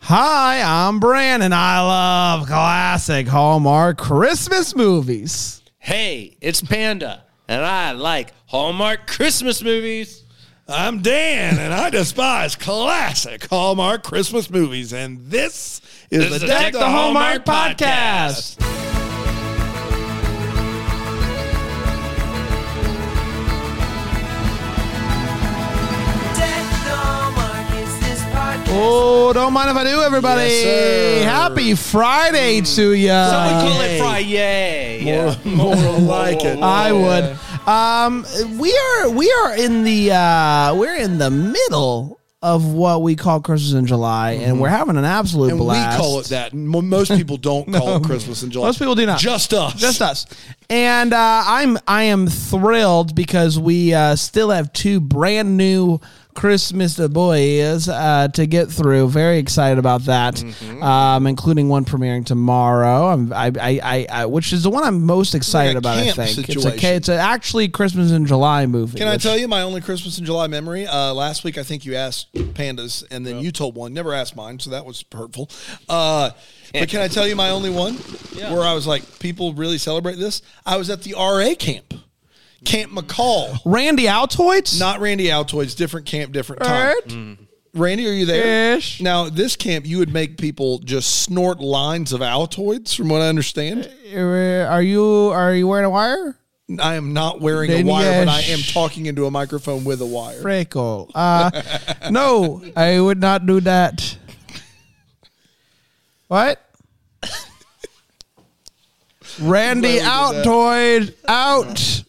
Hi, I'm Brandon. I love classic Hallmark Christmas movies. Hey, it's Panda, and I like Hallmark Christmas movies. I'm Dan, and I despise classic Hallmark Christmas movies, and this is the Deck the Hallmark podcast. Oh, don't mind if I do, everybody. Yes, sir. Hmm. Happy Friday to you. Someone call it Fry Yay. Yeah. More like it. I would. Um, we are we are in the uh, we're in the middle of what we call Christmas in July, and we're having an absolute Mm-hmm. And blast. we call it that. Mo- Most people don't call it Christmas in July. Most people do not. Just us. Just us. And uh, I'm I am thrilled because we uh, still have two brand new Christmas boys uh, to get through. Very excited about that, Mm-hmm. um, including one premiering tomorrow. I'm, I, I, I, I, which is the one I'm most excited a about. I camp think it's a situation. ca- it's a actually Christmas in July movie. Can I tell you my only Christmas in July memory? Uh, last week, I think you asked pandas, and then you told one. Never asked mine, so that was hurtful. Uh, but can I tell you my only one? Where I was like, people really celebrate this. I was at the RA camp, Camp McCall, Randy Altoids? not Mm. Randy Altoids, different camp, different time. Alright. Randy, are you there? Ish. Now, this camp, you would make people just snort lines of Altoids, from what I understand. Uh, Are you are you wearing a wire? I am not wearing Then a wire, but I yes. am talking into a microphone with a wire. Freckle. Uh, no, I would not do that. What? Randy Glad we did that. Altoid out.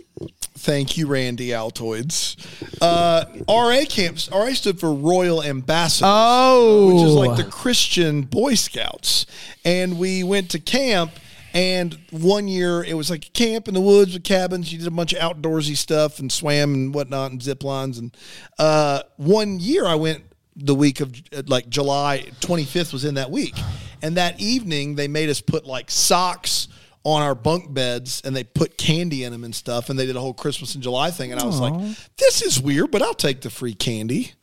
Thank you, Randy Altoids. Uh, RA camps. RA stood for Royal Ambassadors, Oh, which is like the Christian Boy Scouts. And we went to camp, and one year it was like a camp in the woods with cabins. You did a bunch of outdoorsy stuff and swam and whatnot and zip lines. And uh, one year I went the week of uh, like July 25th was in that week, and that evening they made us put like socks on our bunk beds and they put candy in them and stuff and they did a whole christmas in july thing and i was like this is weird but i'll take the free candy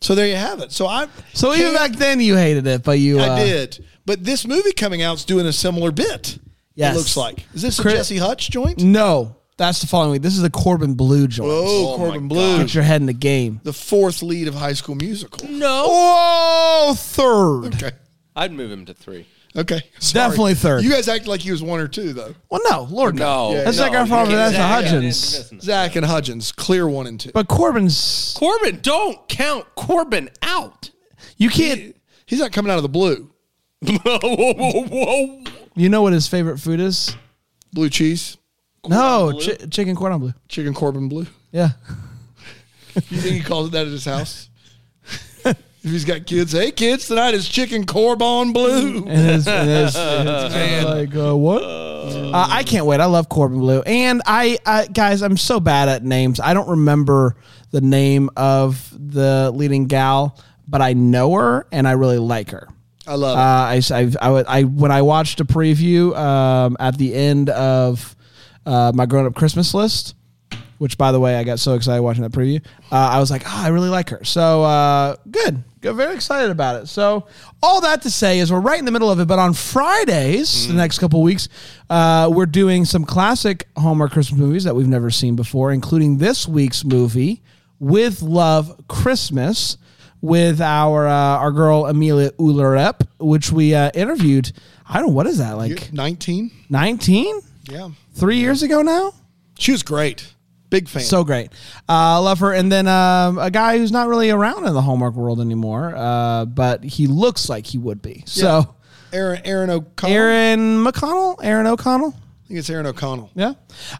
so there you have it so i so even Camp- back then you hated it, but you uh, i did but this movie coming out is doing a similar bit Yes. it looks like is this a Chris- jesse hutch joint No, that's the following week. This is the Corbin Blue joint. oh, Oh my corbin blue Get your head in the game. the fourth lead of high school musical No. Oh, third. okay I'd move him to three. okay Sorry. Definitely third. you guys act like he was one or two though Well, no, Lord, No. That's no, like our you problem. can't- That's the Hudgens. zach and hudgens clear one and two But Corbin's, Corbin, don't count Corbin out. you can't. he's not coming out of the blue whoa, whoa, whoa, whoa. You know what his favorite food is? blue cheese no, chi- chicken cordon bleu. chicken Corbin Blue. Yeah. You think he calls it that at his house? if he's got kids, hey kids, tonight is chicken Corbon And Blue. it's, and it's, and it's kinda like, uh, what? Uh, I can't wait. I love Corbin Blue. And I, I, guys, I'm so bad at names. I don't remember the name of the leading gal, but I know her and I really like her. I love Uh, I, s- I've- I, would- I- when I watched a preview um, at the end of uh, my grown up Christmas list, which by the way I got so excited watching that preview, uh, I was like, oh, I really like her. So uh, good, Go- very excited about it. So all that to say is we're right in the middle of it. But on Fridays, the next couple weeks, uh, we're doing some classic Hallmark Christmas movies that we've never seen before, including this week's movie with Love Christmas with our uh, our girl Amelia Ullerep, which we uh, interviewed. I don't know what is that like it. Nineteen. nineteen Yeah, three years ago now. she was great. Big fan. So great. Uh, love her. And then um, a guy who's not really around in the Hallmark world anymore, uh, but he looks like he would be. So Aaron Aaron O'Connell. Aaron McConnell, Aaron O'Connell. I think it's Aaron O'Connell. Yeah.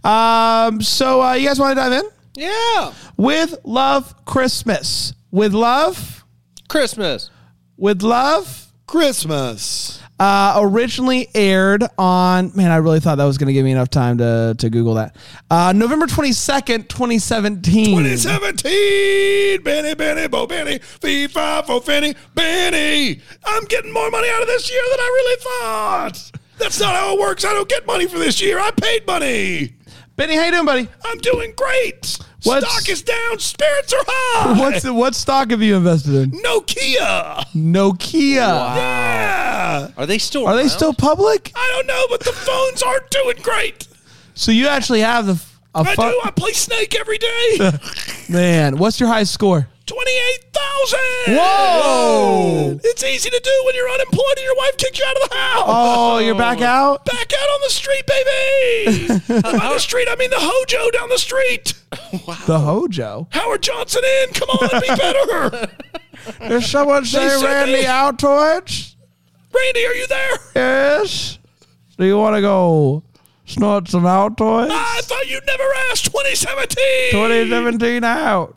Um, so uh, you guys want to dive in? Yeah. With love, Christmas. With love, Christmas. with love. Christmas. Uh, originally aired on man, I really thought that was going to give me enough time to to Google that. Uh, November twenty second, twenty seventeen. 2017, Benny, Benny, Bo Benny, Fee, Fi, Fo, Finny, Benny. I'm getting more money out of this year than I really thought. That's not how it works. I don't get money for this year. I paid money. Benny, how you doing, buddy? I'm doing great. What's- Stock is down. Spirits are high. What's what stock have you invested in? Nokia? Nokia. Yeah. Are they still? Are they around? still public? I don't know, but the phones aren't doing great. So you actually have the f- a I fu- do. I play Snake every day. man. What's your highest score? Twenty-eight thousand. Whoa. It's easy to do when you're unemployed and your wife kicks you out of the house. Oh, you're back out. Back out on the street, baby. By the street, I mean the Hojo down the street. The Hojo. Howard Johnson in. Come on, be better. There's someone saying said Randy they- Altoids. Randy, are you there? Yes. Do you want to go snort some Altoids? I thought you'd never asked. 2017. 2017 out. Wow.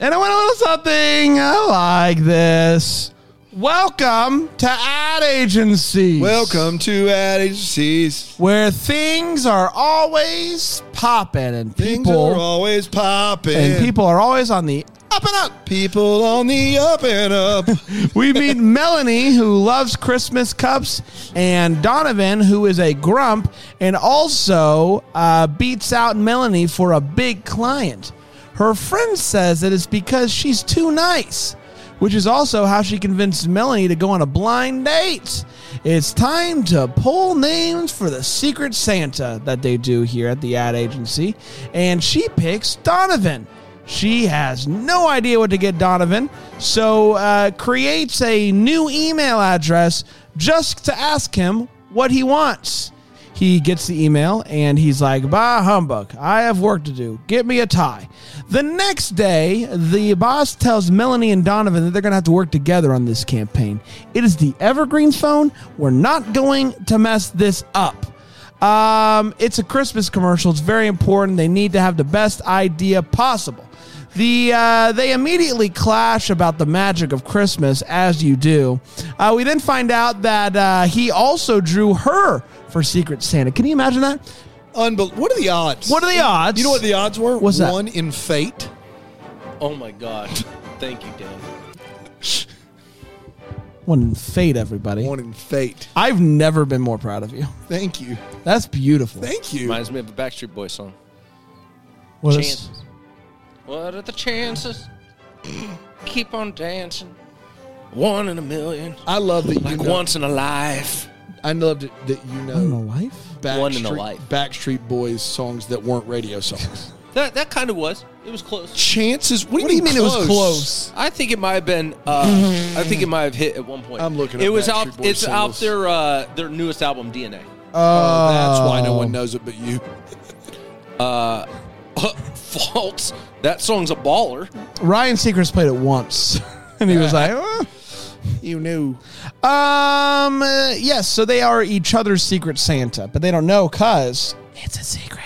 And I want a little something I like this. Welcome to ad agencies. Welcome to ad agencies. Where things are always popping and Things people are always popping. and people are always on the up and up. People on the up and up. We meet Melanie, who loves Christmas cups, and Donovan, who is a grump and also uh, beats out Melanie for a big client. Her friend says that it's because she's too nice, which is also how she convinced Melanie to go on a blind date. It's time to pull names for the Secret Santa that they do here at the ad agency, and she picks Donovan. She has no idea what to get Donovan, so uh, creates a new email address just to ask him what he wants. He gets the email and he's like, Bah humbug, I have work to do. Get me a tie. The next day, the boss tells Melanie and Donovan that they're going to have to work together on this campaign. It is the Evergreen phone. We're not going to mess this up. Um, it's a Christmas commercial. It's very important. They need to have the best idea possible. The uh, they immediately clash about the magic of Christmas, as you do. Uh, we then find out that uh, he also drew her for Secret Santa. Can you imagine that? Unbel- what are the odds? What are the odds? You know what the odds were? What's that? One in fate. Oh my god! Thank you, Dan. one in fate, everybody. One in fate. I've never been more proud of you. Thank you. That's beautiful. Thank you. Reminds me of a Backstreet Boy song. What is- Chances. What are the chances? Keep on dancing. One in a million. I love that you Like know. once in a life. I loved it that you I don't know know life. Backstreet, One in a life. Backstreet Boys songs that weren't radio songs. That that kind of was. It was close. Chances. What do you What do you mean it was close? close? I think it might have been. Uh, I think it might have hit at one point. I'm looking It up was Backstreet out. Boy It's out singles. their uh, their newest album, DNA. Oh, that's why no one knows it but you. False. That song's a baller. Ryan Seacrest played it once, and he was like. "Eh." You knew. Um. uh, yes. So they are each other's secret Santa, but they don't know cause it's a secret.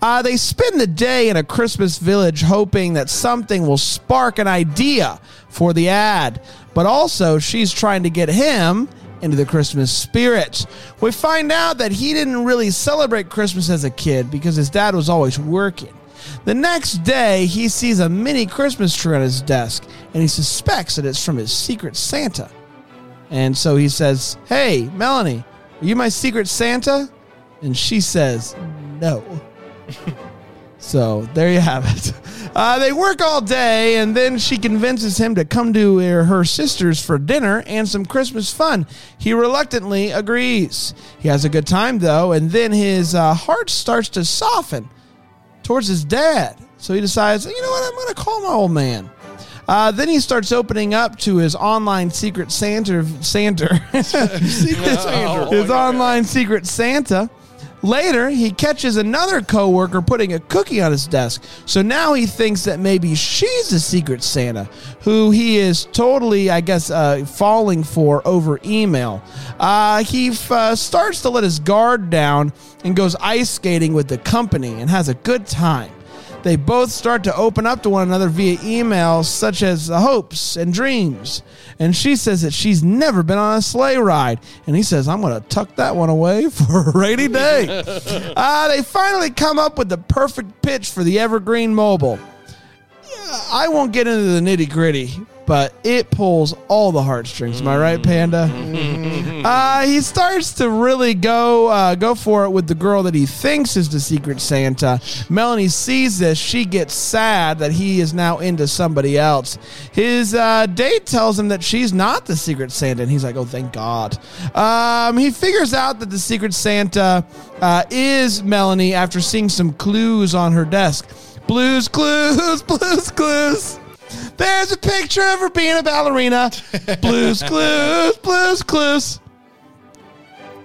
Uh, they spend the day in a Christmas village, hoping that something will spark an idea for the ad. But also, she's trying to get him into the Christmas spirit. We find out that he didn't really celebrate Christmas as a kid because his dad was always working. The next day, he sees a mini Christmas tree on his desk, and he suspects that it's from his secret Santa. And so he says, Hey, Melanie, are you my secret Santa? And she says, No. so there you have it. Uh, they work all day, and then she convinces him to come to her, her sister's for dinner and some Christmas fun. He reluctantly agrees. He has a good time, though, and then his uh, heart starts to soften towards his dad. So he decides, you know what, I'm going to call my old man. Uh, then he starts opening up to his online secret Santa, Santa, Secret Santa. his online secret Santa. Later, he catches another coworker putting a cookie on his desk. So now he thinks that maybe she's the secret Santa, who he is totally, I guess, uh, falling for over email. Uh, he f- uh, starts to let his guard down and goes ice skating with the company and has a good time. They both start to open up to one another via email, such as the hopes and dreams. And she says that she's never been on a sleigh ride. And he says, I'm going to tuck that one away for a rainy day. uh, they finally come up with the perfect pitch for the Evergreen Mobile. Yeah, I won't get into the nitty gritty, but it pulls all the heartstrings. Am I right, Panda? Uh, he starts to really go uh, go for it with the girl that he thinks is the secret Santa. Melanie sees this; she gets sad that he is now into somebody else. His uh, date tells him that she's not the secret Santa, and he's like, "Oh, thank God." Um, he figures out that the secret Santa uh, is Melanie after seeing some clues on her desk. Blues clues, blues clues. There's a picture of her being a ballerina. Blues clues, blues clues.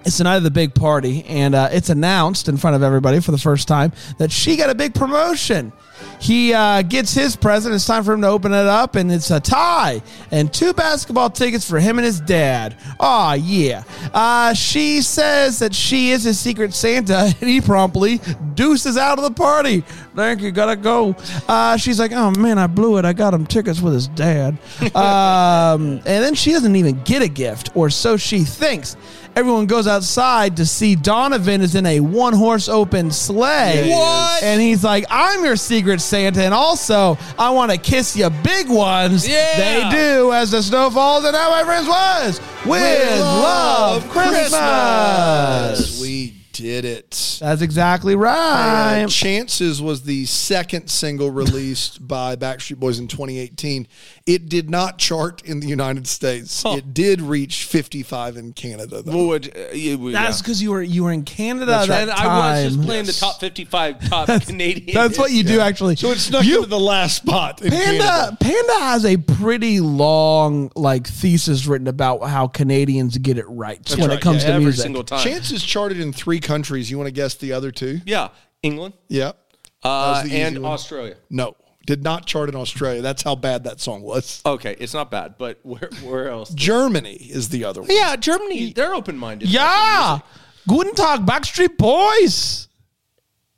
It's the night of the big party, and uh, it's announced in front of everybody for the first time that she got a big promotion. He uh, gets his present. It's time for him to open it up, and it's a tie and two basketball tickets for him and his dad. Aw, yeah. Uh, she says that she is his secret Santa, and he promptly deuces out of the party. Thank you, gotta go. Uh, she's like, oh man, I blew it. I got him tickets with his dad. Um, and then she doesn't even get a gift, or so she thinks. Everyone goes outside to see Donovan is in a one horse open sleigh. What? And he's like, I'm your secret Santa, and also I want to kiss you big ones. Yeah. They do as the snow falls, and now my friends was with, love, Christmas. We did it. That's exactly right. Uh, Chances was the second single released by Backstreet Boys in 2018. It did not chart in the United States. It did reach 55 in Canada, though. Would, uh, you, would- That's yeah. because you were you were in Canada that And I was just time. playing the top 55 top Canadian. That's what you do actually. So it snuck into the last spot. In Canada. Panda Panda has a pretty long like thesis written about how Canadians get it right when Right, it comes yeah, to every music. single time. Chances charted in three countries. You want to guess the other two? Yeah, England Yep. uh, was the easy and one. Australia. No. Did not chart in Australia. That's how bad that song was. Okay, it's not bad, but where where else? Germany is the other one. Yeah, Germany. They're open minded. yeah, Guten Tag, Backstreet Boys.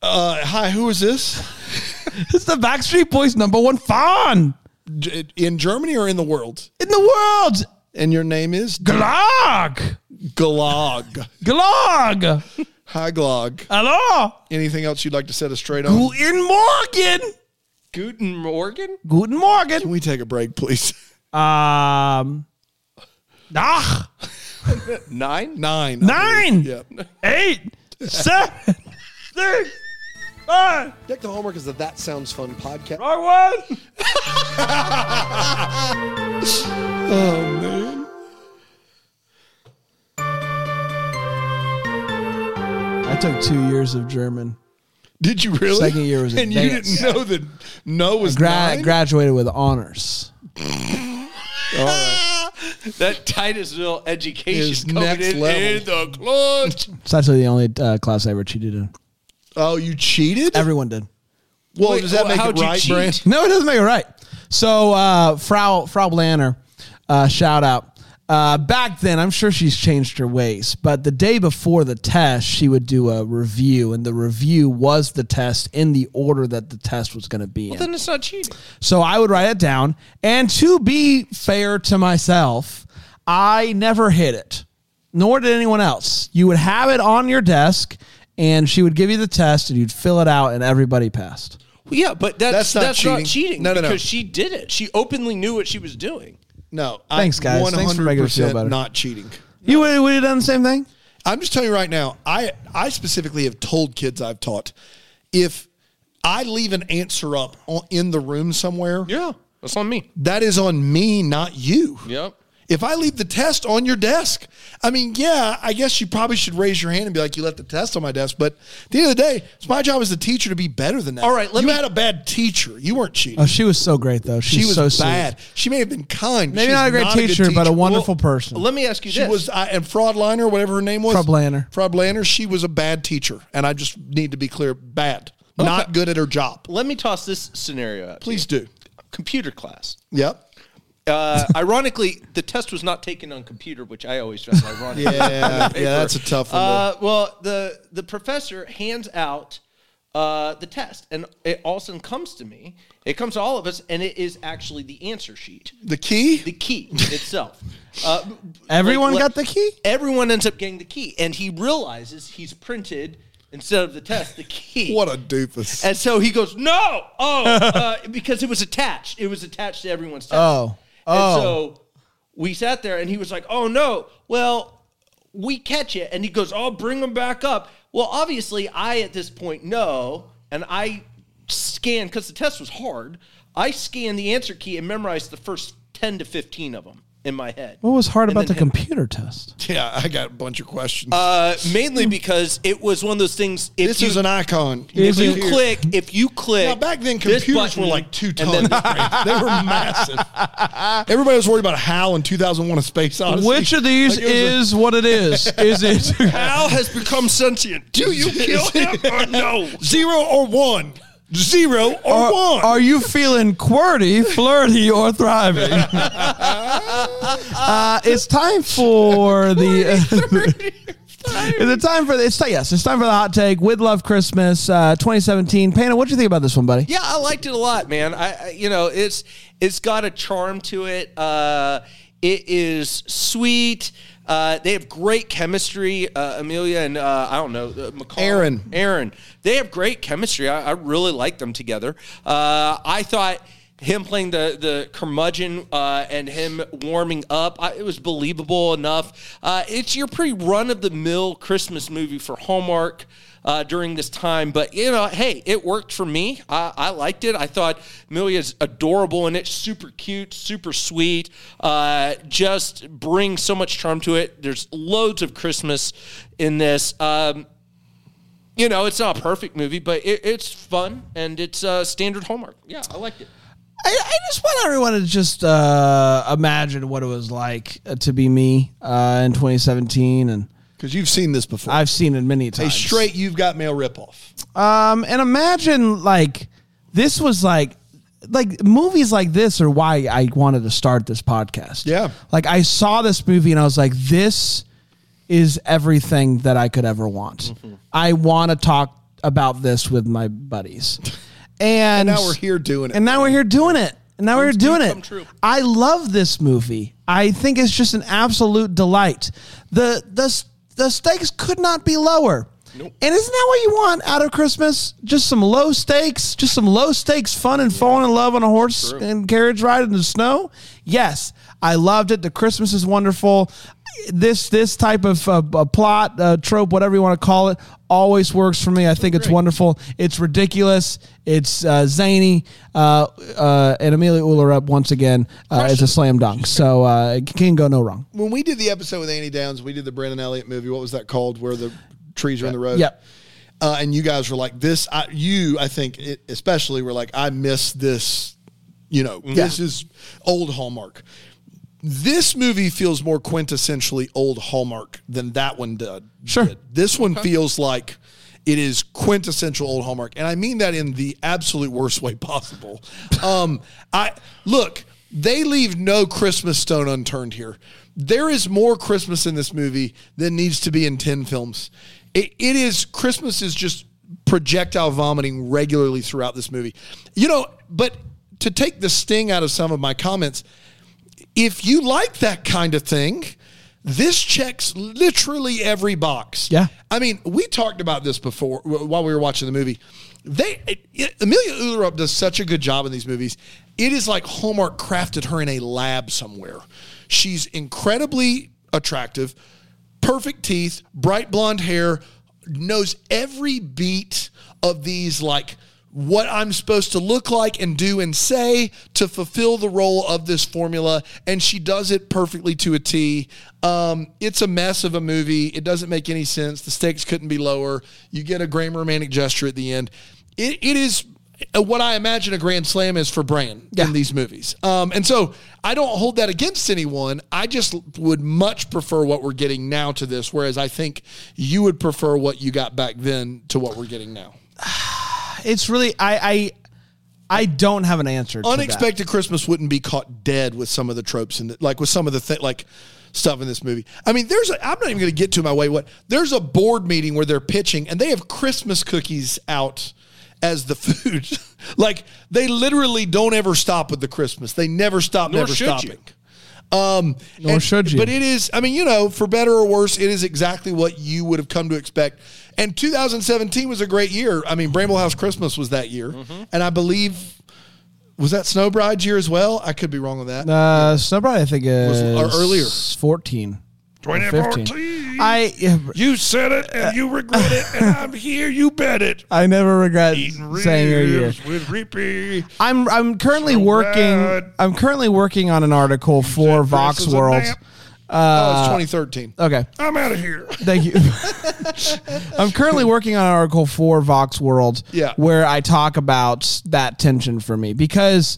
Uh, hi, who is this? It's the Backstreet Boys number one fan G- In Germany or in the world? in the world. And your name is Glog, Glog. Glog, Hi, Glog. hello, Anything else you'd like to set us straight on? Guten Morgen, Guten Morgen? Guten Can Morgen. we take a break, please? Um, nach, Nine? Nine. Ah, Nine. Yep. eight, seven, six, five. Deck the Hallmark is the That Sounds Fun podcast. Wrong one. oh man. I took two years of German. Did you really? Second year was And advanced. you didn't know that no was Gra- nine? graduated with honors. That Titusville education Is coming next in, level. in the clutch. It's actually the only uh, class I ever cheated in. oh, you cheated? Everyone did. well, Wait, does that wh- make how'd it you right, cheat? Brand? No, it doesn't make it right. So uh, Frau Frau Blanner, uh, shout out. Uh, back then, I'm sure she's changed her ways, but the day before the test, she would do a review, and the review was the test in the order that the test was going to be in. Then it's not cheating. So I would write it down. And to be fair to myself, I never hid it, nor did anyone else. You would have it on your desk, and she would give you the test, and you'd fill it out, and everybody passed. Yeah, but that's That's not that's not cheating, cheating. No, no, no. because she did it. She openly knew what she was doing. No. Thanks, guys. I 100% Thanks for making us feel better. not cheating. You would, would have done the same thing? I'm just telling you right now, I, I specifically have told kids I've taught if I leave an answer up on, in the room somewhere, Yeah, that's on me. that is on me, not you. Yep. If I leave the test on your desk, I mean, yeah, I guess you probably should raise your hand and be like, "You left the test on my desk." But at the end of the day, it's my job as a teacher to be better than that. All right, let you me- had a bad teacher. You weren't cheating. Oh, she was so great though. She, she was so bad. Sweet. She may have been kind. but Maybe she's not a great good teacher, but a wonderful Well, person. Let me ask you She this. was, I, and Fraudliner, whatever her name was, Fraudliner. Fraudliner. She was a bad teacher, and I just need to be clear: bad, not good at her job. Let me toss this scenario out. Please do. Computer class. Yep. Uh, ironically, the test was not taken on computer, which I always found ironic. Yeah, yeah, that's a tough one. to- Uh, well, the the professor hands out uh, the test, and it all of a sudden comes to me. It comes to all of us, and it is actually the answer sheet, the key. the key itself. Uh, b- Everyone like, got le- the key? Everyone ends up getting the key, and he realizes he's printed instead of the test the key. what a doofus. And so he goes, "No, oh, uh, because it was attached. It was attached to everyone's test." Oh. And so we sat there and he was like, oh no, well, we catch it. And he goes, oh, bring them back up. Well, obviously, I at this point know, and I scanned, because the test was hard, I scanned the answer key and memorized the first 10 to 15 of them in my head. What was hard about the then hit- computer test? Yeah, I got a bunch of questions. Uh, mainly because it was one of those things. If this you, is an icon. if you Computer. click, if you click, Now, back then, this computers button were like two and tons. then this- they were massive. Everybody was worried about HAL in 2001: A Space Odyssey. Which of these Like, it was a- is what it is? Is it? Al has become sentient. Do you kill him or no? zero or one? Zero or Are, one? are you feeling QWERTY, flirty, or thriving? uh, it's time for the. it's time for the, it's ti- yes, it's time for the hot take with Love Christmas uh, 2017. Panda, what do you think about this one, buddy? Yeah, I liked it a lot, man. I, I you know, it's it's got a charm to it. Uh, it is sweet. Uh, they have great chemistry, uh, Amelia and uh, I don't know uh, McCall. Aaron. Aaron. They have great chemistry. I, I really like them together. Uh, I thought him playing the the curmudgeon uh, and him warming up, I, it was believable enough. Uh, it's your pretty run of the mill Christmas movie for Hallmark. Uh, during this time, but you know, hey, it worked for me. I, I liked it. I thought Amelia's adorable in it, super cute, super sweet. Uh, just brings so much charm to it. There's loads of Christmas in this. Um, you know, it's not a perfect movie, but it, it's fun and it's uh, standard Hallmark. Yeah, I liked it. I, I just want everyone to just uh, imagine what it was like uh, to be me uh, in 2017, and Because you've seen this before. I've seen it many a times. straight you've got mail ripoff. Um, and imagine like this was like like movies like this are why I wanted to start this podcast. Yeah. Like I saw this movie and I was like, this is everything that I could ever want. Mm-hmm. I want to talk about this with my buddies. And, now we're here doing it. And now we're here doing it. And now we're doing it. come true. I love this movie. I think it's just an absolute delight. The the the stakes could not be lower. And isn't that what you want out of Christmas? Just some low stakes, just some low stakes fun and falling in love on a horse and carriage ride in the snow? Yes, I loved it. The Christmas is wonderful. This this type of uh, uh, plot uh, trope, whatever you want to call it, always works for me. I think it's wonderful. It's ridiculous. It's uh, zany. Uh, uh, and Amelia Uller up once again uh, is a slam dunk. So uh, it can go no wrong. When we did the episode with Andy Downs, we did the Brandon Elliott movie. What was that called? Where the trees are in the road. Yep. Uh, and you guys were like, "This." I, you, I think, it, especially, were like, "I miss this." You know, this is old Hallmark. This movie feels more quintessentially old Hallmark than that one did. Sure. did. This one feels like it is quintessential old Hallmark, and I mean that in the absolute worst way possible. Um, I look, they leave no Christmas stone unturned here. There is more Christmas in this movie than needs to be in ten films. It, it is Christmas is just projectile vomiting regularly throughout this movie. You know, but to take the sting out of some of my comments, if you like that kind of thing, this checks literally every box. Yeah. I mean, we talked about this before wh- while we were watching the movie. They it, it- Amelia Ullerup does such a good job in these movies. It is like Hallmark crafted her in a lab somewhere. She's incredibly attractive, perfect teeth, bright blonde hair, knows every beat of these like what I'm supposed to look like and do and say to fulfill the role of this formula. And she does it perfectly to a T. Um, it's a mess of a movie. It doesn't make any sense. The stakes couldn't be lower. You get a grand romantic gesture at the end. It, it is uh, what I imagine a grand slam is for Bran in these movies. Um, and so I don't hold that against anyone. I just l- would much prefer what we're getting now to this, whereas I think you would prefer what you got back then to what we're getting now. It's really I I, I don't have an answer. to that. unexpected Christmas wouldn't be caught dead with some of the tropes and like with some of the thi- like stuff in this movie. I mean, there's a, I'm not even going to get to my way. What there's a board meeting where they're pitching and they have Christmas cookies out as the food. like they literally don't ever stop with the Christmas. They never stop. never should you. stopping. Um, Nor should you. But it is, I mean, you know, for better or worse, it is exactly what you would have come to expect. And Mm-hmm. 2017 was a great year. I mean, Bramble House Christmas was that year. And I believe Was that Snow Bride's year as well? I could be wrong on that. Uh, Snowbride, I think is or earlier. fourteen. or 15. 2014. I You said it Uh, and you regret it, and I'm here. You bet it. I never regret Eating saying your year. ribs with Reapy. I'm I'm currently So working. bad. I'm currently working on an article for said Vox Chris is a World. vamp. oh, Uh, it was 2013. Okay, I'm out of here. thank you. I'm currently working on an article for Vox World. Yeah. where I talk about that tension for me because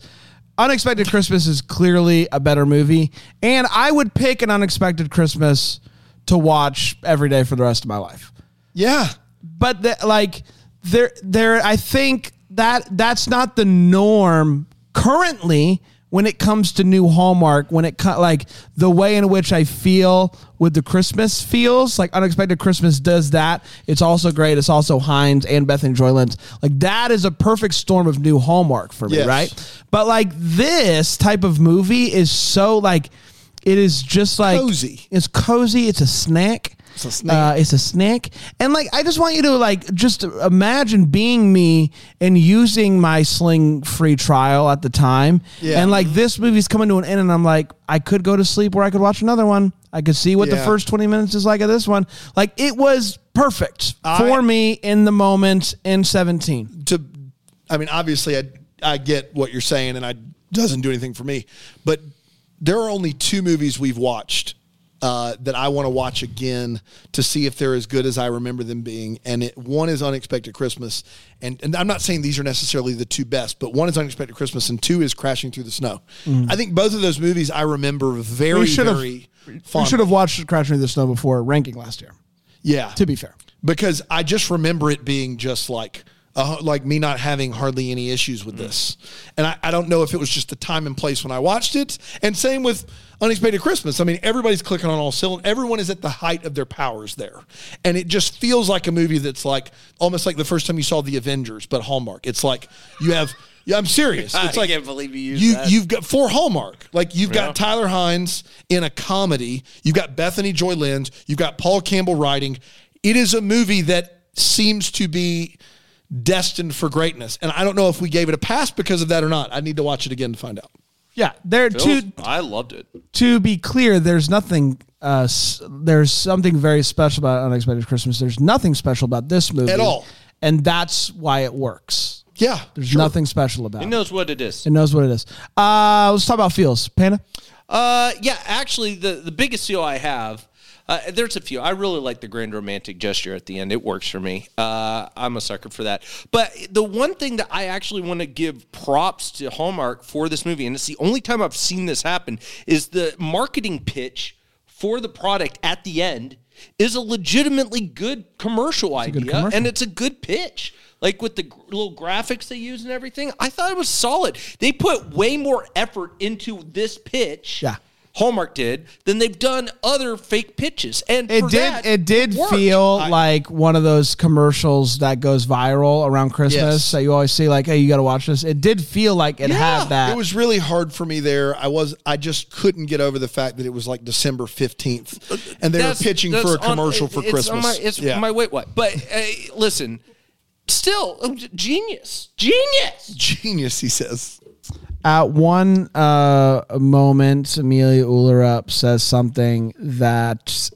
Unexpected Christmas is clearly a better movie, and I would pick an Unexpected Christmas to watch every day for the rest of my life. Yeah. but the, like there there i think that that's not the norm currently when it comes to new hallmark when it co- like the way in which i feel with the christmas feels like unexpected christmas does that it's also great it's also hines and bethany joyland like that is a perfect storm of new hallmark for me Yes. right but like this type of movie is so like it is just like Cozy. it's cozy it's a snack It's a snack. uh, it's a snack. And like, I just want you to like, just imagine being me and using my sling free trial at the time. Yeah. And like, this movie's coming to an end and I'm like, I could go to sleep or I could watch another one. I could see what the Yeah. first 20 minutes is like of this one. Like it was perfect for me in the moment in 17. to I mean obviously I I get what you're saying and I doesn't do anything for me but there are only two movies we've watched uh, that I want to watch again to see if they're as good as I remember them being and it one is Unexpected Christmas and and I'm not saying these are necessarily the two best but one is Unexpected Christmas and two is Crashing Through the Snow I think both of those movies I remember very Mm. We should have- very You fondly. should have watched Crashing Through the Snow before ranking last year, yeah to be fair. because I just remember it being just like uh, like me not having hardly any issues with this, and I, I don't know if it was just the time and place when I watched it, and same with Unexpected Christmas. I mean, everybody's clicking on all cylinders. Everyone is at the height of their powers there, and it just feels like a movie that's like almost like the first time you saw the Avengers, but Hallmark. It's like you have. Yeah, I'm serious. I It's like can't believe you used you that. you've got for Hallmark. Like you've got Tyler Hines in a comedy. You've got Bethany Joy Lynd. You've got Paul Campbell writing. It is a movie that seems to be destined for greatness. And I don't know if we gave it a pass because of that or not. I need to watch it again to find out. Yeah, there are two I loved it. to be clear, there's nothing. Uh, s- there's something very special about Unexpected Christmas. There's nothing special about this movie At all. and that's why it works. Yeah. There's nothing special about He it. knows what it is. It knows what it is. Uh, let's talk about feels, Panda. Uh, yeah, actually, the, the biggest seal I have, uh, there's a few. I really like the grand romantic gesture at the end. It works for me. Uh, I'm a sucker for that. But the one thing that I actually want to give props to Hallmark for this movie, and it's the only time I've seen this happen, is the marketing pitch for the product at the end is a legitimately good commercial idea, commercial. and it's a good pitch. Like with the gr- little graphics they use and everything, I thought it was solid. They put way more effort into this pitch. Yeah. Hallmark did than they've done other fake pitches, and It for did. that, it did worked. feel like one of those commercials that goes viral around Christmas Yes. that you always see. Like, hey, you got to watch this. It did feel like it Yeah, had that. It was really hard for me there. I was I just couldn't get over the fact that it was like December 15th and they That's- were pitching that's for a on- commercial for it's Christmas. On my, it's Yeah. my wait what? But uh, listen, still um, genius, genius. genius, he says. At one uh, moment, Amelia Ullerup says something that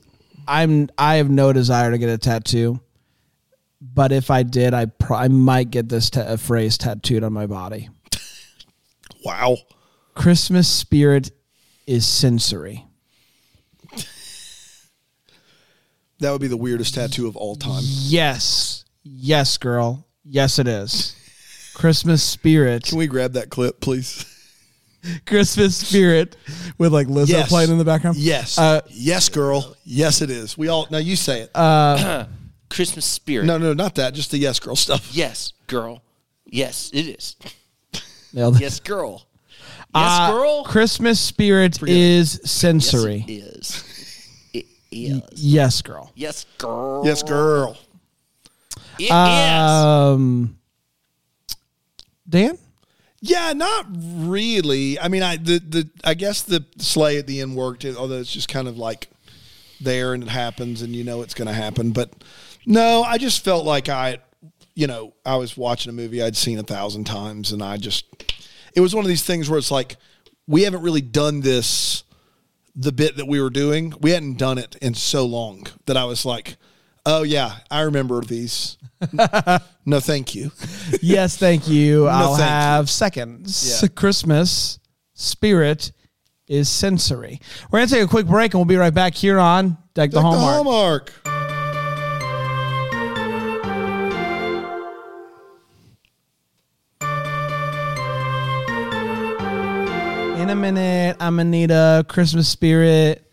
I'm I have no desire to get a tattoo, but if I did, I pro- I might get this ta- phrase tattooed on my body. Wow. Christmas spirit is sensory. That would be the weirdest tattoo of all time. Yes, yes, girl, yes, it is. Christmas spirit, Can we grab that clip, please? Christmas spirit, with like Lizzo playing in the background. Yes. Uh, yes, girl. Yes, it is. We all now you say it. Christmas spirit. no, no, not that. Just the yes, girl stuff. Yes, girl. Yes, it is. nailed it. Yes, girl. Yes, Uh, girl. Christmas spirit is sensory. Yes, it is. It is. Yes, girl. Yes, girl. Yes, girl. It is. Uh, Um, Dan, Yeah, not really. I mean, I the, the I guess the sleigh at the end worked, although it's just kind of like there and it happens and you know it's going to happen. But no, I just felt like I, you know, I was watching a movie I'd seen a thousand times and I just it was one of these things where it's like we haven't really done this the bit that we were doing. We hadn't done it in so long that I was like, "Oh yeah, I remember these." no, thank you. yes, thank you. I'll thank you. have seconds. Christmas spirit is sensory. We're gonna take a quick break and we'll be right back here on Deck the Like Hallmark. Hallmark. In a minute, I'm gonna need a Christmas spirit.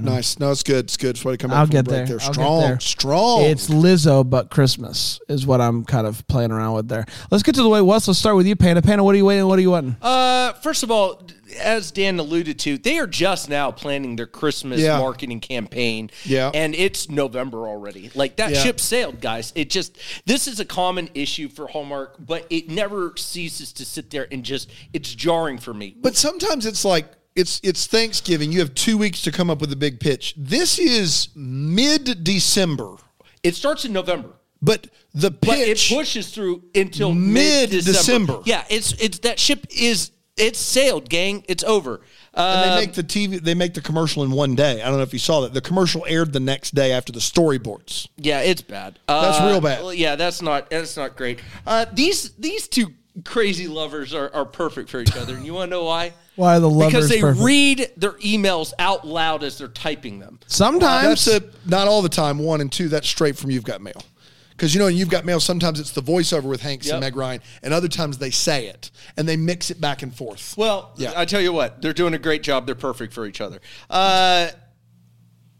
Nice. No, it's good. It's good. It's way to come back Mm-hmm. I'll from the get break there. I'll get Strong. there. Strong. It's Lizzo, but Christmas is what I'm kind of playing around with there. Let's get to the way it was. Let's start with you, Panda. Panda, what are you waiting? What are you wanting? Uh, first of all, as Dan alluded to, they are just now planning their Christmas Yeah. marketing campaign. Yeah. And it's November already. Like that Yeah. ship sailed, guys. It just, this is a common issue for Hallmark, but it never ceases to sit there and just, it's jarring for me. But sometimes it's like it's it's Thanksgiving. You have two weeks to come up with a big pitch. This is mid December, It starts in November. but the But pitch. it pushes through until Mid-December. mid Yeah, it's it's that ship is it's sailed, gang. It's over. and Uh, they make the TV. They make the commercial in one day. I don't know if you saw that. The commercial aired the next day after the storyboards. yeah, it's bad. That's Uh, real bad. well, Yeah, that's not that's not great. Uh, these these two crazy lovers are, are perfect for each other. And you want to know why? Why are the lovers Because they perfect? read their emails out loud as they're typing them. Sometimes That's a, not all the time. One and two. That's straight from You've Got Mail. Because you know, in you've got mail. Sometimes it's the voiceover with Hanks Yep. and Meg Ryan, and other times they say it and they mix it back and forth. Well, Yeah. I tell you what, they're doing a great job. They're perfect for each other. Uh,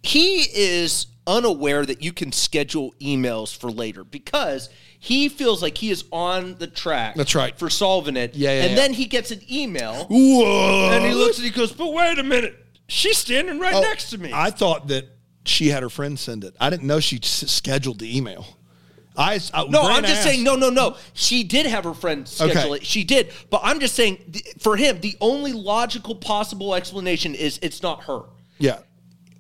he is unaware that you can schedule emails for later because he feels like he is on the track. That's right. for solving it. Yeah, yeah, and yeah. then he gets an email Whoa! and he looks and he goes, "But wait a minute, she's standing right Oh, next to me." I thought that she had her friend send it. I didn't know she s- scheduled the email. I, s- I- no, Brand I'm just asked- saying, no, no, no. She did have her friend schedule Okay. it. She did. But I'm just saying, th- for him, the only logical possible explanation is it's not her. Yeah,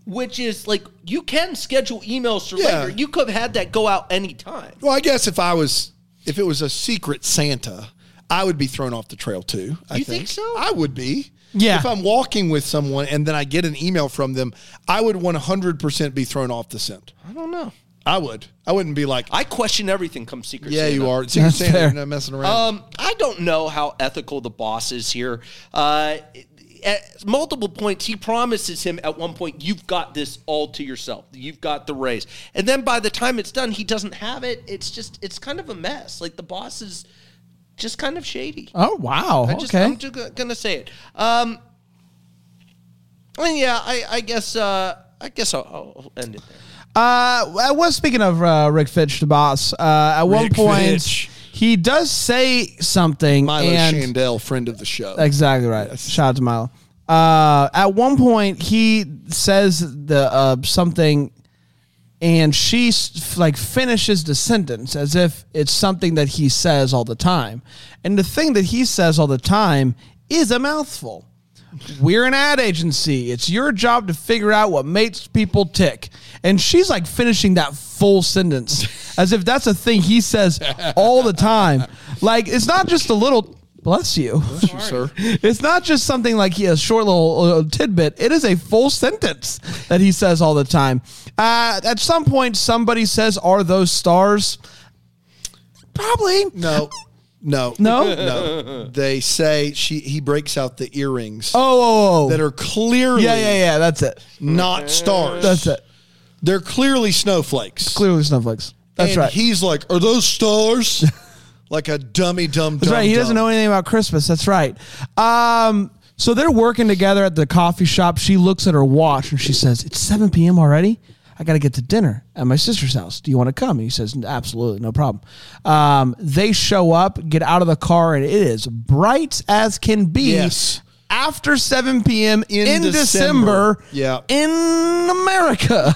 which is like you can schedule emails for Yeah. later. You could have had that go out anytime. well, I guess if I was, if it was a secret Santa, I would be thrown off the trail too. I You think so? I would be. Yeah. If I'm walking with someone and then I get an email from them, I would 100% be thrown off the scent. I don't know. I would. I wouldn't be like, I question everything come secret. yeah, Santa. you are. Secret That's Santa, fair. you're not messing around. Um, I don't know how ethical the boss is here. Uh, at multiple points, he promises him at one point, "You've got this all to yourself. You've got the raise." And then by the time it's done, he doesn't have it. It's just it's kind of a mess. Like the boss is just kind of shady. Oh wow! I just, okay. I'm just go- gonna say it. Um, and yeah, I, I guess uh, I guess I'll, I'll end it there. Uh, I was speaking of uh, Rick Fitch, the boss. Uh, at one Rick point, Fitch. he does say something. Milo and Shandell, friend of the show. Exactly right. Shout out to Milo. Uh, at one point, he says the uh, something, and she s- like finishes the sentence as if it's something that he says all the time. And the thing that he says all the time is a mouthful. We're an ad agency. It's your job to figure out what makes people tick. And she's like finishing that full sentence as if that's a thing he says all the time. Like it's not just a little bless you. sir. It's not just something like he, a short little uh, tidbit. It is a full sentence that he says all the time. Uh, at some point, somebody says, "Are those stars?" Probably. No, no, No? no. They say she he breaks out the earrings Oh, that are clearly yeah, yeah, yeah. That's it. not stars. That's it. They're clearly snowflakes. Clearly, snowflakes. That's and right. He's like, are those stars? like a dummy dumb. That's right. He doesn't know anything about Christmas. That's right. Um, so they're working together at the coffee shop. She looks at her watch and she says, "It's 7 p.m. already. I got to get to dinner at my sister's house. Do you want to come?" And he says, "Absolutely, no problem." Um, they show up, get out of the car, and it is bright as can be. Yes. After 7 p.m. in, In December, December. Yeah. in America.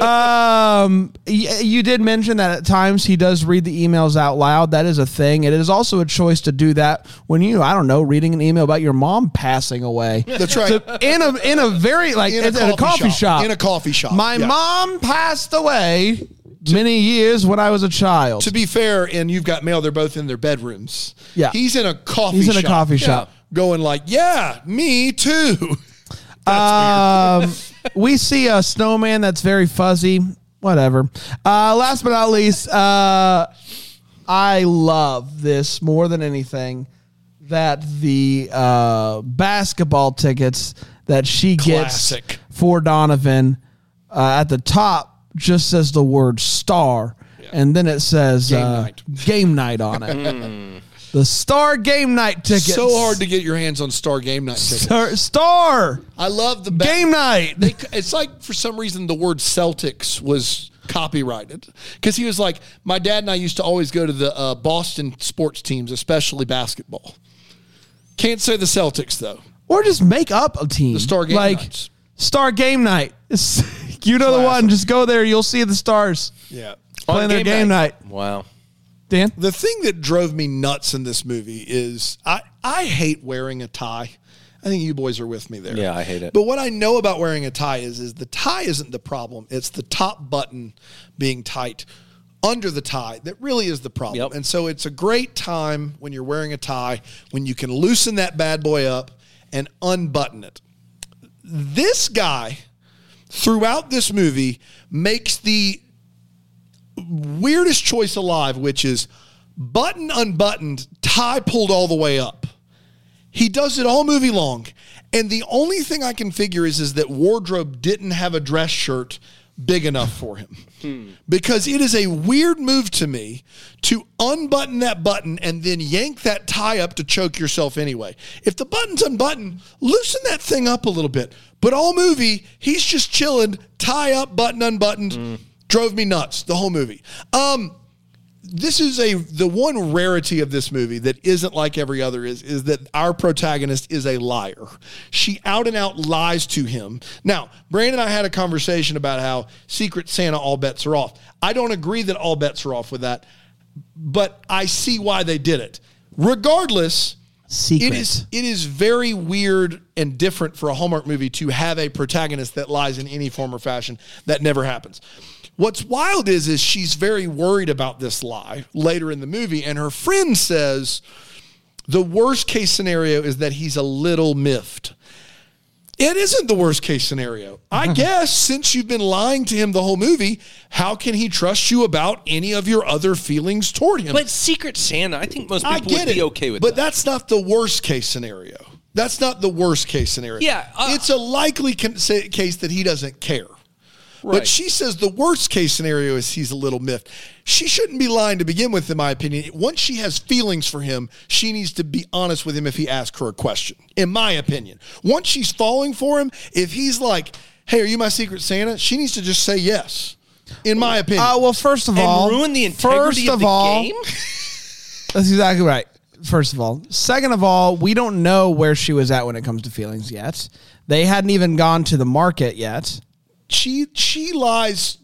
um, y- you did mention that at times he does read the emails out loud. That is a thing. It is also a choice to do that when you, I don't know, reading an email about your mom passing away. That's right. in a in a very like In at at a coffee shop. In a coffee shop. My Yeah. mom passed away. many years when I was a child. To be fair, and you've got mail. They're both in their bedrooms. Yeah. he's in a coffee. He's in a shop, coffee shop. going like, "Yeah, me too." Um, we see a snowman that's very fuzzy. Whatever. Uh, last but not least, uh, I love this more than anything that the uh, basketball tickets that she Classic. gets for Donovan uh, at the top just says the word star. And then it says game, uh, night. Hmm. game night on it. the star game night tickets. so hard to get your hands on Star Game Night tickets. Star, star I love the ba- game night. They, it's like for some reason the word Celtics was copyrighted because he was like, my dad and I used to always go to the uh, Boston sports teams, especially basketball. Can't say the Celtics though. or just make up a team. The Star Game like Nights. Star Game Night. It's- you know the Classic. one. Just go there. You'll see the stars Yeah. playing their game night. Wow. Dan, The thing that drove me nuts in this movie is I, I hate wearing a tie. I think you boys are with me there. Yeah, I hate it. But what I know about wearing a tie is is the tie isn't the problem. It's the top button being tight under the tie that really is the problem. Yep. And so it's a great time when you're wearing a tie when you can loosen that bad boy up and unbutton it. This guy throughout this movie makes the weirdest choice alive, which is button unbuttoned, tie pulled all the way up. He does it all movie long. And the only thing I can figure is, is that wardrobe didn't have a dress shirt big enough for him. Because it is a weird move to me to unbutton that button and then yank that tie up to choke yourself anyway. If the button's unbuttoned, loosen that thing up a little bit. But all movie, he's just chilling, tie up, button unbuttoned. Drove me nuts the whole movie. Um, this is a the one rarity of this movie that isn't like every other is is that our protagonist is a liar. She out and out lies to him. Now, Brandon and I had a conversation about how Secret Santa all bets are off. I don't agree that all bets are off with that, but I see why they did it. Regardless, secret. it is it is very weird and different for a Hallmark movie to have a protagonist that lies in any form or fashion. That never happens. What's wild is is she's very worried about this lie later in the movie, and her friend says the worst case scenario is that he's a little miffed. It isn't the worst case scenario. I guess since you've been lying to him the whole movie, how can he trust you about any of your other feelings toward him? But Secret Santa, I think most people I get would it. be okay with but that. that's not the worst case scenario. That's not the worst case scenario. Yeah, uh, it's a likely con- sa- case that he doesn't care. But Right. she says the worst case scenario is he's a little miffed. She shouldn't be lying to begin with, in my opinion. Once she has feelings for him, she needs to be honest with him if he asks her a question, in my opinion. Once she's falling for him, if he's like, hey, are you my secret Santa? She needs to just say yes, in my opinion. Uh, well, first of and all, ruin the integrity first of, of the all, game? That's exactly right. First of all, second of all, we don't know where she was at when it comes to feelings yet. They hadn't even gone to the market yet. she, she lies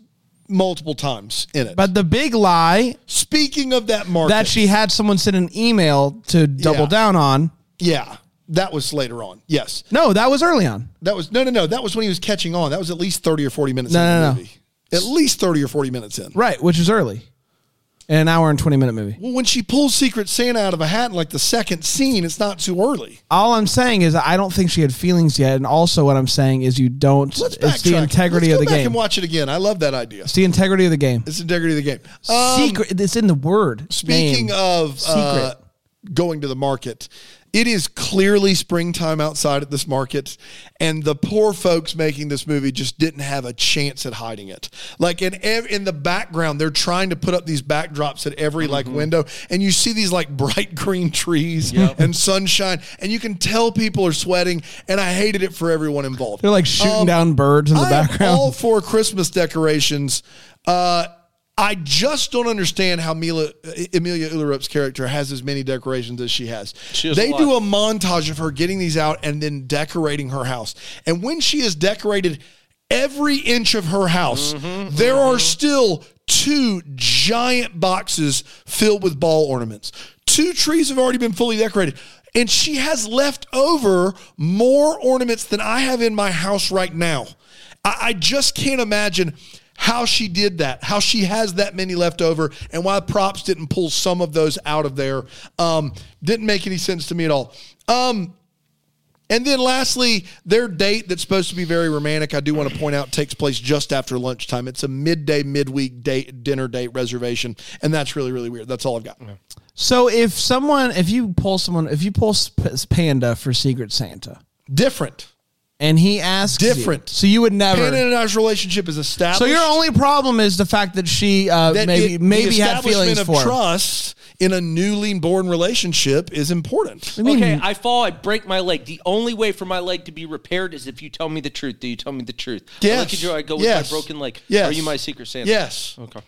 multiple times in it. But the big lie Speaking of that market, that she had someone send an email to double Yeah. down on. yeah, that was later on. Yes, No, that was early on. that was no, no, no. That was when he was catching on. That was at least thirty or forty minutes. No, in no, the no. movie. At least thirty or forty minutes in. Right, which is early. In an hour and 20 minute movie. Well, when she pulls Secret Santa out of a hat in like the second scene, it's not too early. All I'm saying is I don't think she had feelings yet, and also what I'm saying is you don't. Let's backtrack. It's the integrity Let's of the go back game. And watch it again. I love that idea. it's the integrity of the game. It's the integrity of the game. Um, Secret. It's in the word. Speaking name. of uh, Secret. going to the market, it is clearly springtime outside at this market, and the poor folks making this movie just didn't have a chance at hiding it. Like in ev- in the background, they're trying to put up these backdrops at every like Mm-hmm. window, and you see these like bright green trees and sunshine, and you can tell people are sweating. And I hated it for everyone involved. they're like shooting Um, down birds in the I am background. all for Christmas decorations. Uh, I just don't understand how Mila, Emilia Ullerop's character has as many decorations as she has. has they a lot. do a montage of her getting these out and then decorating her house. And when she has decorated every inch of her house, Mm-hmm, there are still two giant boxes filled with ball ornaments. Two trees have already been fully decorated. And she has left over more ornaments than I have in my house right now. I, I just can't imagine how she did that, how she has that many left over, and why props didn't pull some of those out of there. Um, didn't make any sense to me at all. Um, and then lastly, their date that's supposed to be very romantic, I do want to point out, takes place just after lunchtime. It's a midday, midweek date, dinner date reservation. And that's really, really weird. That's all I've got. So if someone, if you pull someone, if you pull Sp- Panda for Secret Santa, Different. and he asks, you- Different. so you would never. Pan and I's relationship is established. so your only problem is the fact that she uh, that maybe it- maybe the had establishment feelings of for. him. trust in a newly born relationship is important. I mean, okay, I fall, I break my leg. The only way for my leg to be repaired is if you tell me the truth. Do you tell me the truth? I look Yes. at you, I go with Yes. my broken leg. Yes. Are you my secret Santa? Yes, Okay.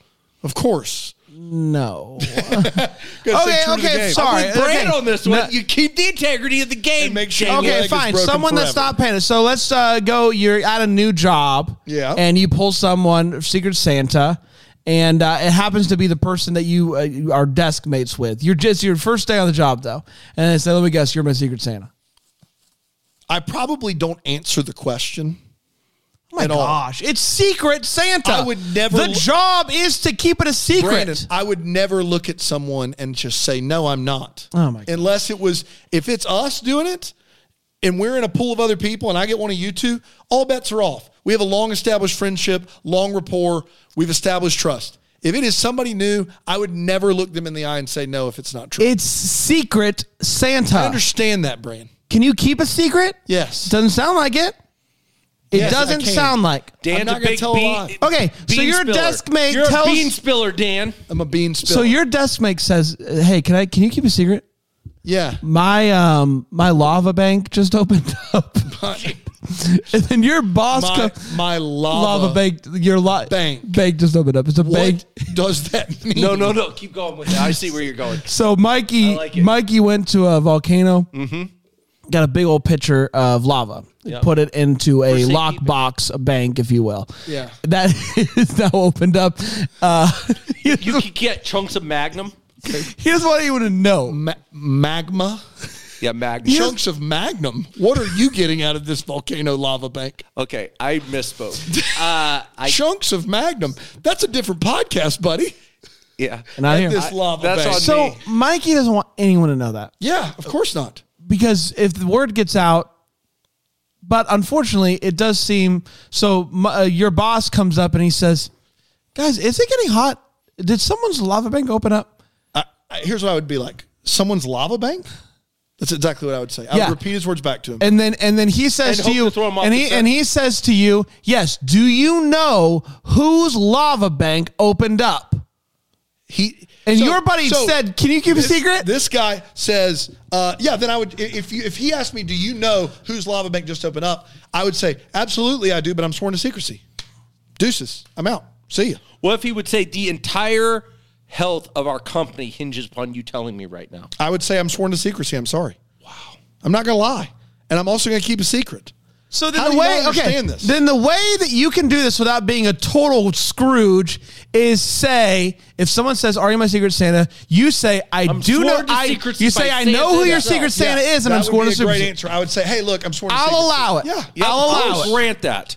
of course. no. Gotta stay okay, true to the okay, game. sorry. Brand okay. on this No- one. You keep the integrity of the game. And make sure your leg Okay, is fine. broken Someone that's forever. not paying. us. So let's uh, go. You're at a new job. Yeah. And you pull someone, Secret Santa, and uh, it happens to be the person that you, uh, you are desk mates with. You're just your first day on the job though, and they say, "Let me guess, you're my Secret Santa." I probably don't answer the question. Oh my At all. gosh, it's Secret Santa. I would never- The job is to keep it a secret. Brandon, I would never look at someone and just say, no, I'm not. Oh, my God. Unless it was, if it's us doing it and we're in a pool of other people and I get one of you two, all bets are off. We have a long established friendship, long rapport. We've established trust. If it is somebody new, I would never look them in the eye and say no if it's not true. It's Secret I Santa. understand that, Brand. Can you keep a secret? Yes. Doesn't sound like it. It Yes, I doesn't can. sound like. I'm Dan's not a gonna big tell a bean, lie. Okay, so bean your spiller. desk mate You're tells a bean spiller, Dan. I'm a bean So spiller. your desk mate says, uh, "Hey, can I? Can you keep a secret? yeah. My um my lava bank just opened up, and then your boss My, co- my lava, lava bank your lo- bank. bank just opened up. It's a bank. What does that mean? No, no, no. Keep going with that. I see where you're going. So Mikey I like it. Mikey went to a volcano, Mm-hmm. got a big old pitcher of lava, put it into a lockbox, a bank, if you will. Yeah. that is now opened up. Uh, here's, You could get chunks of Magnum. here's what I want to know. Ma- magma. Yeah, Magnum. chunks of magnum. What are you getting out of this volcano lava bank? Okay, I misspoke. Uh, I chunks of magnum. That's a different podcast, buddy. yeah. And I hear. This lava that's bank. on so me. Mikey doesn't want anyone to know that. yeah, of course not. because if the word gets out, but unfortunately, it does seem so. m- Uh, your boss comes up and he says, "Guys, is it getting hot? Did someone's lava bank open up?" I, I, here's what I would be like: someone's lava bank. That's exactly what I would say. I Yeah. would repeat his words back to him. And then and then he says to And hope you, to throw 'em off and the he set. and he says to you, "Yes, do you know whose lava bank opened up?" he And so- your buddy so said, "Can you keep this- a secret?" This guy says, uh, "Yeah." Then I would, i- if you, if he asked me, "Do you know whose lava bank just opened up?" I would say, "Absolutely, I do," but I'm sworn to secrecy. Deuces, I'm out. See ya. What if he would say the entire health of our company hinges upon you telling me right now? I would say I'm sworn to secrecy. I'm sorry. Wow. I'm not gonna lie, and I'm also gonna keep a secret. So then How the do you way not okay, understand this? then the way that you can do this without being a total Scrooge is say if someone says, "Are you my secret Santa?" You say, "I do sworn know." to I secrecy you by say, "I Santa know who your himself." secret Santa Yeah, is," and I'm that would scoring be a a great secret. answer. I would say, "Hey, look, I'm sworn." to I'll secrecy. allow it. Yeah, I'll allow it. Grant that.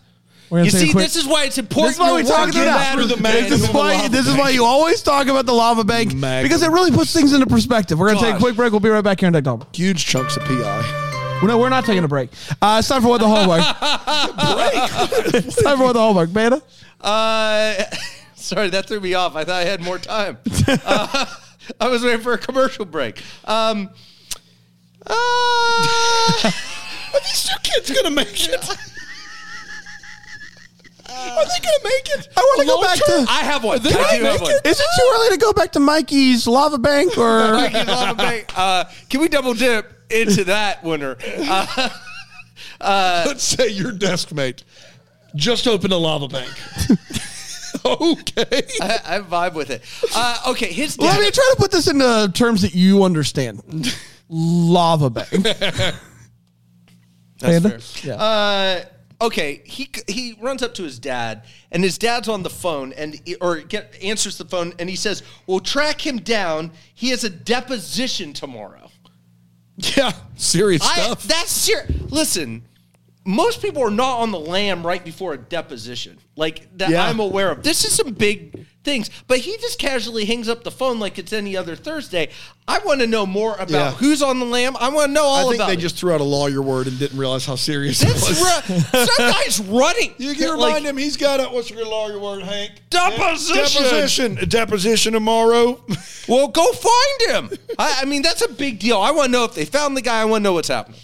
We're gonna You take a see, quick- this is why it's This is important. why we your talk words it out. matter. through the man This who is why lava this is why bank. you always talk about the lava bank because it really puts things into perspective. We're gonna take a Gosh. quick break. We'll be right back here in Tech Talk. huge chunks of pi. No, we're not taking a break. Uh, it's time for what the hallmark. break. it's time for what the hallmark. Beta. Uh, sorry, that threw me off. I thought I had more time. Uh, I was waiting for a commercial break. Um, uh, These two kids gonna make it. Are they gonna make it? I want to go back to. I have one. Can I do I make have one. it? Is it too early to go back to Mikey's lava bank or? Mikey's Lava Bank. Uh, can we double dip into that winner? Uh, Let's say your desk mate just opened a lava bank. okay. I, I vibe with it. Uh, okay, his Well, I dad- mean, try to put this into terms that you understand. lava bank. Panda? Yeah. Uh, okay, he he runs up to his dad, and his dad's on the phone, and or get, answers the phone, and he says, "We'll track him down. He has a deposition tomorrow." Yeah. Serious I, stuff. that's ser- listen. most people are not on the lam right before a deposition. Like that Yeah. I'm aware of. This is some big things. But he just casually hangs up the phone like it's any other Thursday. I want to know more about Yeah. who's on the lam. I want to know all I think about they it. just threw out a lawyer word and didn't realize how serious it That's was. ru- that guy's running. You can Like, remind him he's got a what's your lawyer word, Hank? Deposition. Deposition. A deposition tomorrow. Well, go find him. I, I mean, that's a big deal. I want to know if they found the guy. I want to know what's happening.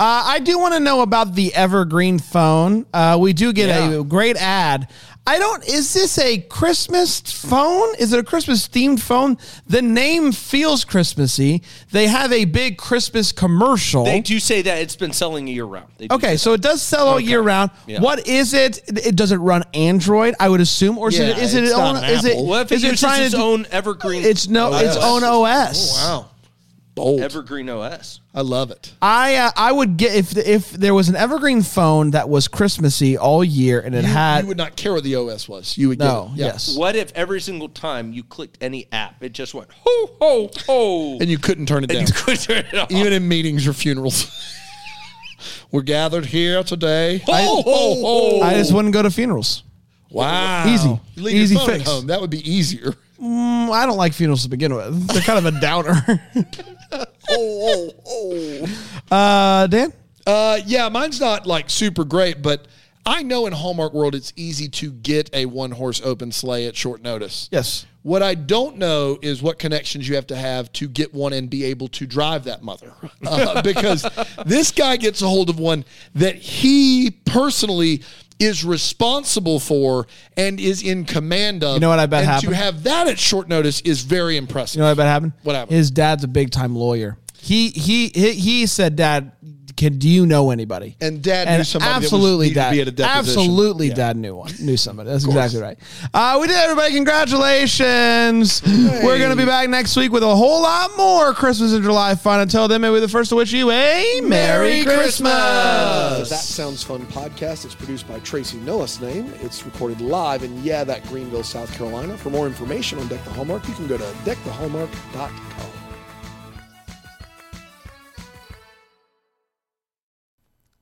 Uh, I do want to know about the Evergreen phone. Uh, we do get Yeah. a great ad. I don't. Is this a Christmas phone? Is it a Christmas themed phone? The name feels Christmassy. They have a big Christmas commercial. They do say that it's been selling year round. They do Okay, so it does sell all year round. Yeah. What is it? It it- does it run Android? I would assume, or is it? Yeah, Is it it's own? not an Is it? Apple. Well, if is it, it uses trying its to? do- own evergreen, It's no. It's OS. own OS. Oh, Wow. Bold. evergreen OS. I love it. I uh, I would get if if there was an evergreen phone that was Christmassy all year and it You, had you would not care what the OS was. You would no get it. Yeah. yes What if every single time you clicked any app, it just went ho ho ho, And you couldn't turn it down. and you could turn it off? Even in meetings or funerals. We're gathered here today. ho ho ho. I just wouldn't go to funerals. Wow. Easy. You leave Easy your phone fix. At home. That would be easier. Mm, I don't like funerals to begin with. They're kind of a downer. Oh, oh, Uh, Dan, oh. Uh, yeah, mine's not like super great, but I know in Hallmark World it's easy to get a one horse open sleigh at short notice. yes, What I don't know is what connections you have to have to get one and be able to drive that mother. Uh, because this guy gets a hold of one that he personally is responsible for and is in command of. You know what I bet and happened? To have that at short notice is very impressive. you know what about happened? What happened? His dad's a big time lawyer. He he he, he said, "Dad, can do you know anybody?" And Dad knew somebody that was- Absolutely, needed to dad. be at a deposition. Absolutely, dad knew one. Knew somebody. That's exactly right. Uh, we did, it, everybody. Congratulations. We're gonna be back next week with a whole lot more Christmas and July fun. Until then, may we be the first to wish you a Merry, Christmas. The That Sounds Fun podcast is produced by Tracy Noah's name. It's recorded live in, yeah, that Greenville, South Carolina. For more information on Deck the Hallmark, you can go to deckthehallmark.com.